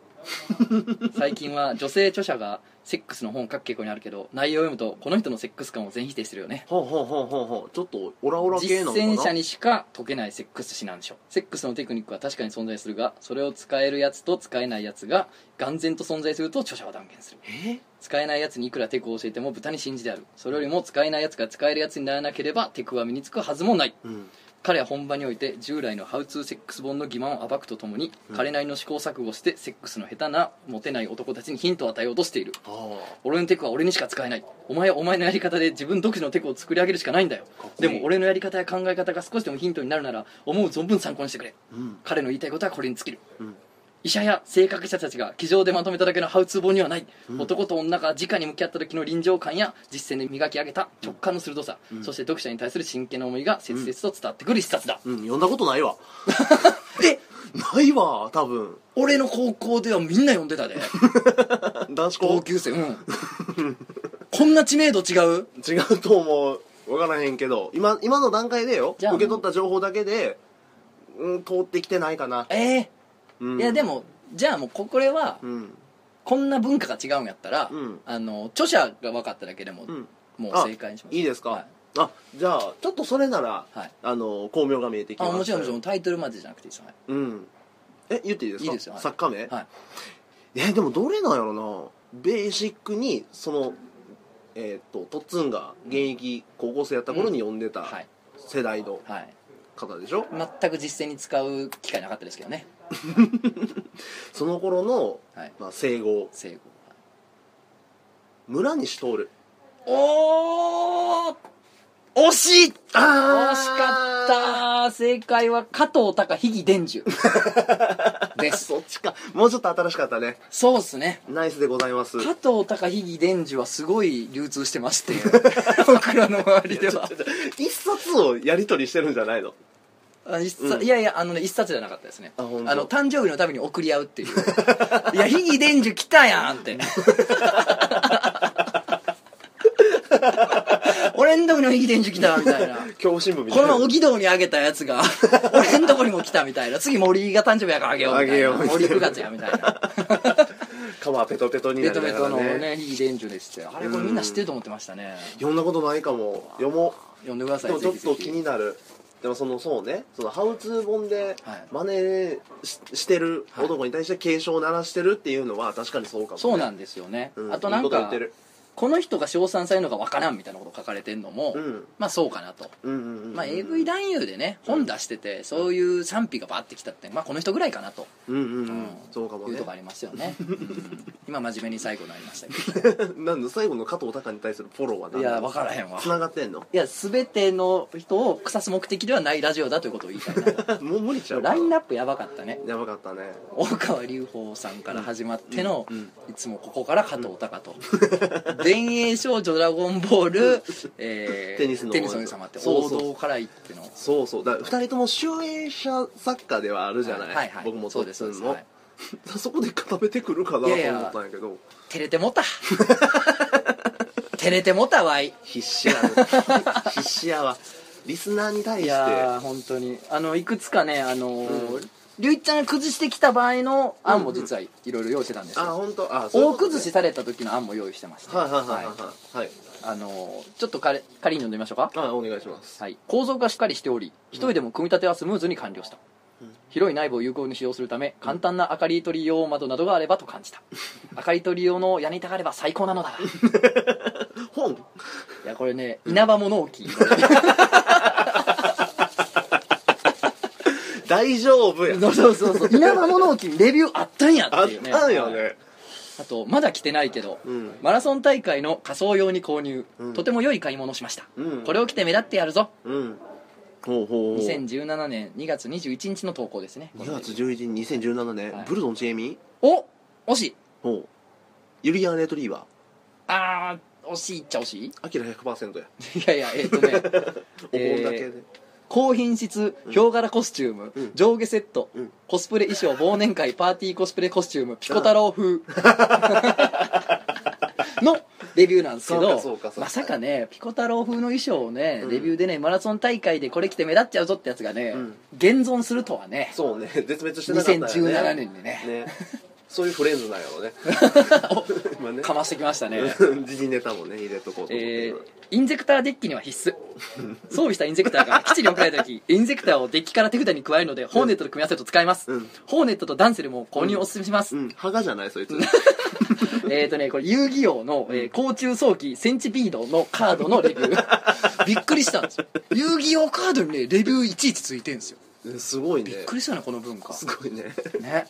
A: 最近は女性著者がセックスの本を書く傾向にあるけど内容を読むとこの人のセックス感を全否定するよね
B: ほうほうほうほうほうちょっとオラオラ
A: 実
B: 系なのかな
A: 践者にしか解けないセックス詩なんでしょうセックスのテクニックは確かに存在するがそれを使えるやつと使えないやつが眼前と存在すると著者は断言する
B: え
A: 使えないやつにいくらテクを教えても豚に信じであるそれよりも使えないやつが使えるやつにならなければテクは身につくはずもない
B: うん
A: 彼は本場において従来のハウツーセックス本の欺瞞を暴くとともに、
B: うん
A: 彼なりの試行錯誤してセックスの下手なモテない男たちにヒントを与えようとしている
B: ああ
A: 俺のテクは俺にしか使えないお前はお前のやり方で自分独自のテクを作り上げるしかないんだよ
B: かっこいい
A: でも俺のやり方や考え方が少しでもヒントになるなら思う存分参考にしてくれ
B: うん
A: 彼の言いたいことはこれに尽きる
B: うん
A: 医者や性格者たちが机上でまとめただけのハウツー本にはない、
B: うん
A: 男と女が直に向き合った時の臨場感や実践で磨き上げた直感の鋭さ、
B: ん
A: そして読者に対する真剣な思いが切々と伝わってくる一冊だ、
B: うん読んだことないわ
A: え
B: ないわ多分
A: 俺の高校ではみんな読んでたで
B: 男子
A: 同
B: 校
A: 級生うんこんな知名度違う
B: 違うと思う分からへんけど今今の段階でよ
A: じゃあ
B: 受け取った情報だけで、うん、通ってきてないかな、
A: ええ
B: うん、
A: いやでもじゃあもうここれは
B: うん
A: こんな文化が違うんやったら、
B: うん
A: あの著者が分かっただけでも、
B: うん
A: もう
B: あ
A: 正解にします
B: いいですか、
A: はい
B: あじゃあちょっとそれなら、
A: はい
B: あの巧妙が見えてきま
A: あ
B: す
A: もちろんもちろんタイトルまでじゃなくていいですよはい
B: うんえ言っていいですか
A: いいですよはい
B: 作家名、
A: はい
B: えでもどれなんやろなベーシックにそのえーっととっつんが現役高校生やった頃に読んでた
A: はい
B: 世代の
A: はい
B: 方でしょ、
A: 全く実践に使う機会なかったですけどね
B: その頃の、
A: はい
B: まあ、生後
A: 聖子
B: 村西徹
A: おー惜しい
B: あ
A: 惜しかった正解は加藤隆比義伝授です
B: そっちかもうちょっと新しかったね
A: そうっすね
B: ナイスでございます
A: 加藤隆比義伝授はすごい流通してまして僕らの周りでは
B: 一冊をやり取りしてるんじゃないの
A: あ一冊
B: うん
A: いやいやあのね一冊じゃなかったですね
B: あ本当
A: の誕生日のために送り合うっていう いや「ひぎ伝授来たやん」って 俺んとこにもひぎ伝授来たみたいな
B: 教新聞みた
A: こ
B: いな
A: のお義堂にあげたやつ が俺んとこにも来たみたいな次森が誕生日やからあげようみた
B: あげ
A: い
B: よ
A: な
B: うみたいな
A: 森9月やみたいな
B: 川ペトペトに
A: ベ
B: なり
A: ト
B: な
A: ベ
B: が
A: ト
B: ら
A: の
B: ね
A: ねひぎ伝授でしてあれこれみんな知ってると思ってましたね
B: 読んだことないかも読も
A: 読んでくだ
B: う
A: さ
B: で
A: い
B: もちょっと
A: ぜひぜ
B: 気
A: ひ
B: になるでもそのそうねそのハウツー本で
A: はい
B: 真似ししてる
A: はい
B: 男に対して警鐘を鳴らしてるっていうのは確かにそうかもね
A: そうなんですよね、
B: う
A: あとなん
B: いいこと言っ
A: か
B: てる
A: この人が称賛されるのがわからんみたいなこと書かれてんのも、
B: うん
A: まあそうかなと、
B: うんうんうんうん
A: まあ、AV 男優でね本出しててそういう賛否がバーってきたって、まあ、この人ぐらいかなと
B: うんうんう
A: うんん
B: そうかも
A: いう
B: ね
A: とこありますよ ね、うん今真面目に最後になりましたけ
B: なんで最後の加藤隆に対するフォローは
A: ど
B: 何
A: い
B: な
A: や
B: の
A: 分からへんわ
B: つながってんの
A: いや全ての人を腐す目的ではないラジオだということを言いたいな
B: もう無理ちゃう
A: ラインナップやばかったね
B: やばかったね
A: 大川隆法さんから始まっての、
B: うんうん
A: いつもここから加藤隆と「電影少女ドラゴンボー ル」えー
B: テニスの王様
A: テニス王様って
B: そう
A: 王
B: そう
A: 道から行っての
B: そうそうだから2人とも集英者作家ではあるじゃない、
A: はいはいはい
B: 僕も
A: そ
B: と
A: う
B: っ
A: です
B: つ
A: そうで
B: ん
A: す
B: の
A: はい
B: そこで固めてくるかなと思ったんやけど
A: 照れてもた照れてもたわい
B: 必死やな 必死やわリスナーに対
A: い
B: して
A: やー本当にあのいくつかねあのー龍一ちゃんが崩してきた場合の案も実はいろいろ用意してたんですよ、
B: あ本当あ
A: 大崩し
B: さ
A: された時の案も用意してました、
B: はいはいはいはいはい
A: あのーちょっとかれ仮に読んでみましょうか
B: あお願いします
A: はい、構造がしっかりしており一人でも組み立てはスムーズに完了した、
B: うん
A: 広い内部を有効に使用するため簡単な明かり取り用窓などがあればと感じた明かり取り用の屋根板があれば最高なのだい
B: 本
A: やこれね稲葉物置
B: 大丈夫 や
A: そうそうそうそう稲葉物置にレビューあったんや
B: あ
A: っ
B: って
A: いうね
B: たんよ
A: はい
B: ね
A: あとまだ来てないけど、
B: うん
A: マラソン大会の仮装用に購入、
B: うん
A: とても良い買い物をしました、
B: うん
A: これを着て目立ってやるぞ
B: うんほうほうほう
A: 2017年2月21日の投稿ですね
B: 2月11日2017年、
A: はい
B: ブルドンチエミ
A: お惜しい
B: ほうユリアン・レトリーバ
A: あー惜しいっちゃ惜しい
B: ーアキラ100%や
A: いやいやえっ、とね
B: お盆だけで、
A: 高品質ヒョウ柄コスチューム、
B: うん
A: 上下セット、
B: うん
A: コスプレ衣装忘年会パーティーコスプレコスチュームピコ太郎 風のレビューなんですけ
B: そう
A: ど
B: かそうかそうか
A: まさかねピコ太郎風の衣装をね、
B: うん
A: レビューでねマラソン大会でこれ着て目立っちゃうぞってやつがね、
B: うん
A: 現存するとはね
B: そうね 絶滅してなかったよね
A: 2017年にね
B: ねそういうフレンズなんやろね 今ね
A: かましてきましたね、
B: 時事ネタもね入れとこうと思って
A: えー
B: る、
A: インゼクターデッキには 必須装備したインゼクターが基地に送られた時インゼクターをデッキから手札に加えるので、ホーネットと組み合わせると使えます、
B: うん
A: ホーネットとダンセルも購入おすすめします、
B: うん歯がじゃないそいつ
A: えっ、とねこれ遊戯王の、えー、甲虫早期センチビードのカードのレビュ ーびっくりしたんですよ遊戯王カードにねレビューいちいちついてんですよ
B: うん すごいね
A: びっくりしたなこの文化
B: すごいね
A: ね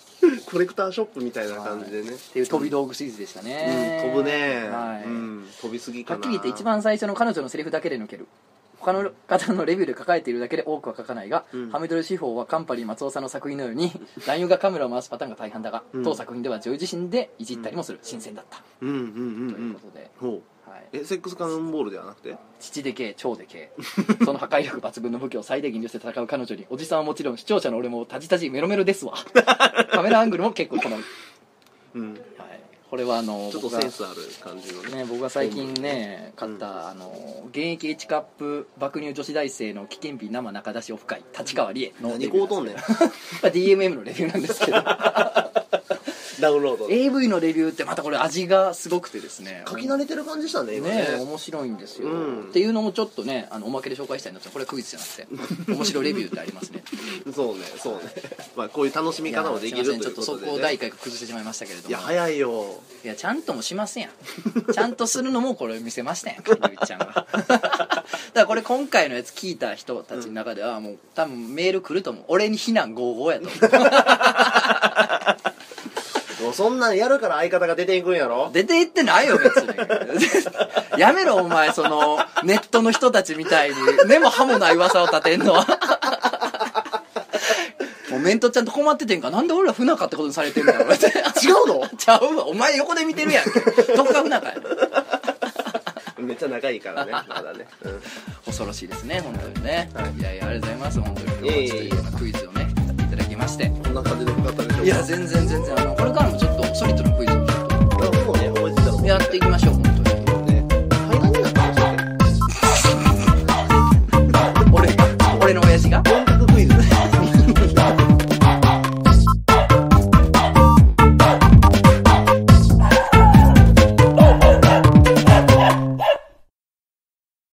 B: コレクターショップみたいな感じでね、
A: っていう飛び道具シリーズでした
B: うん
A: ね、
B: 飛ぶね、
A: はい
B: うん、飛びすぎか
A: はっ
B: な
A: きり言って一番最初の彼女のセリフだけで抜ける他の方のレビューで書かれているだけで多くは書かないが、
B: うん
A: ハミドル司法はカンパリー松尾さんの作品のように男優がカメラを回すパターンが大半だが、
B: うん
A: 当作品では女優自身でいじったりもする、新鮮だった、
B: うんうんうん
A: と
B: う
A: いうんことで、
B: ほ
A: はい、
B: うえセックスカノンボールではなくて
A: 父でけえ超でけ えその破壊力抜群の武器を最大限にして戦う彼女におじさんはもちろん視聴者の俺もタジタジメロメロです わカメラアングルも結構好み、はい、
B: うん
A: これはあの
B: ちょっと
A: 僕が
B: センスある感じのね
A: ね、僕が最近ね買
B: ん
A: った、あの現役 H カップ爆乳女子大生の危険日生中出しオフ会立川理恵の
B: 何こうとんね ん
A: DMM のレビューなん ですけど
B: ダウンロード
A: AV のレビューってまたこれ味がすごくてですね
B: 書き慣れてる感じでしたね今ね
A: ね面白いんですよ、
B: うん
A: っていうのもちょっとねあのおまけで紹介したいなとこれはクイズじゃなくて面白いレビューってあります ね
B: そうねそうねまあこういう楽しみ
A: いや
B: 方も
A: す
B: で
A: い
B: き
A: ま
B: る
A: せん
B: と
A: ちょっと
B: いうこ
A: そ
B: とで、
A: こ
B: ね、
A: を第1回崩してしまいましたけれども
B: いや早いよ
A: いやちゃんともしませんやんちゃんとするのもこれ見せましたやんかゆいちゃんがだからこれ今回のやつ聞いた人たちの中ではもう多分メール来ると思う俺に非難55やと思
B: もうそんなんやるから相方が出ていくんやろ
A: う出て行ってないよ別に やめろお前そのネットの人たちみたいに根も葉もない噂を立てんのはもうメントちゃんと困っててんかなんで俺ら不仲ってことにされてんだろうって
B: 違うの
A: ちゃうわお前横で見てるやんけどっか不仲や
B: めっちゃ仲いいからねまだね、う
A: 恐ろしいですね本当にね、、
B: はい
A: やいやありがとうございます本当に今
B: い
A: 日
B: え
A: はい
B: え
A: ちょっといろんなクイズをねやっていただきまして
B: ん、こんな感じでよかったでしょうか
A: いや全然全然あのこれからもちょっとソリッドのクイズをちょっ
B: もうね思いついたらも
A: と
B: う
A: やっていきましょう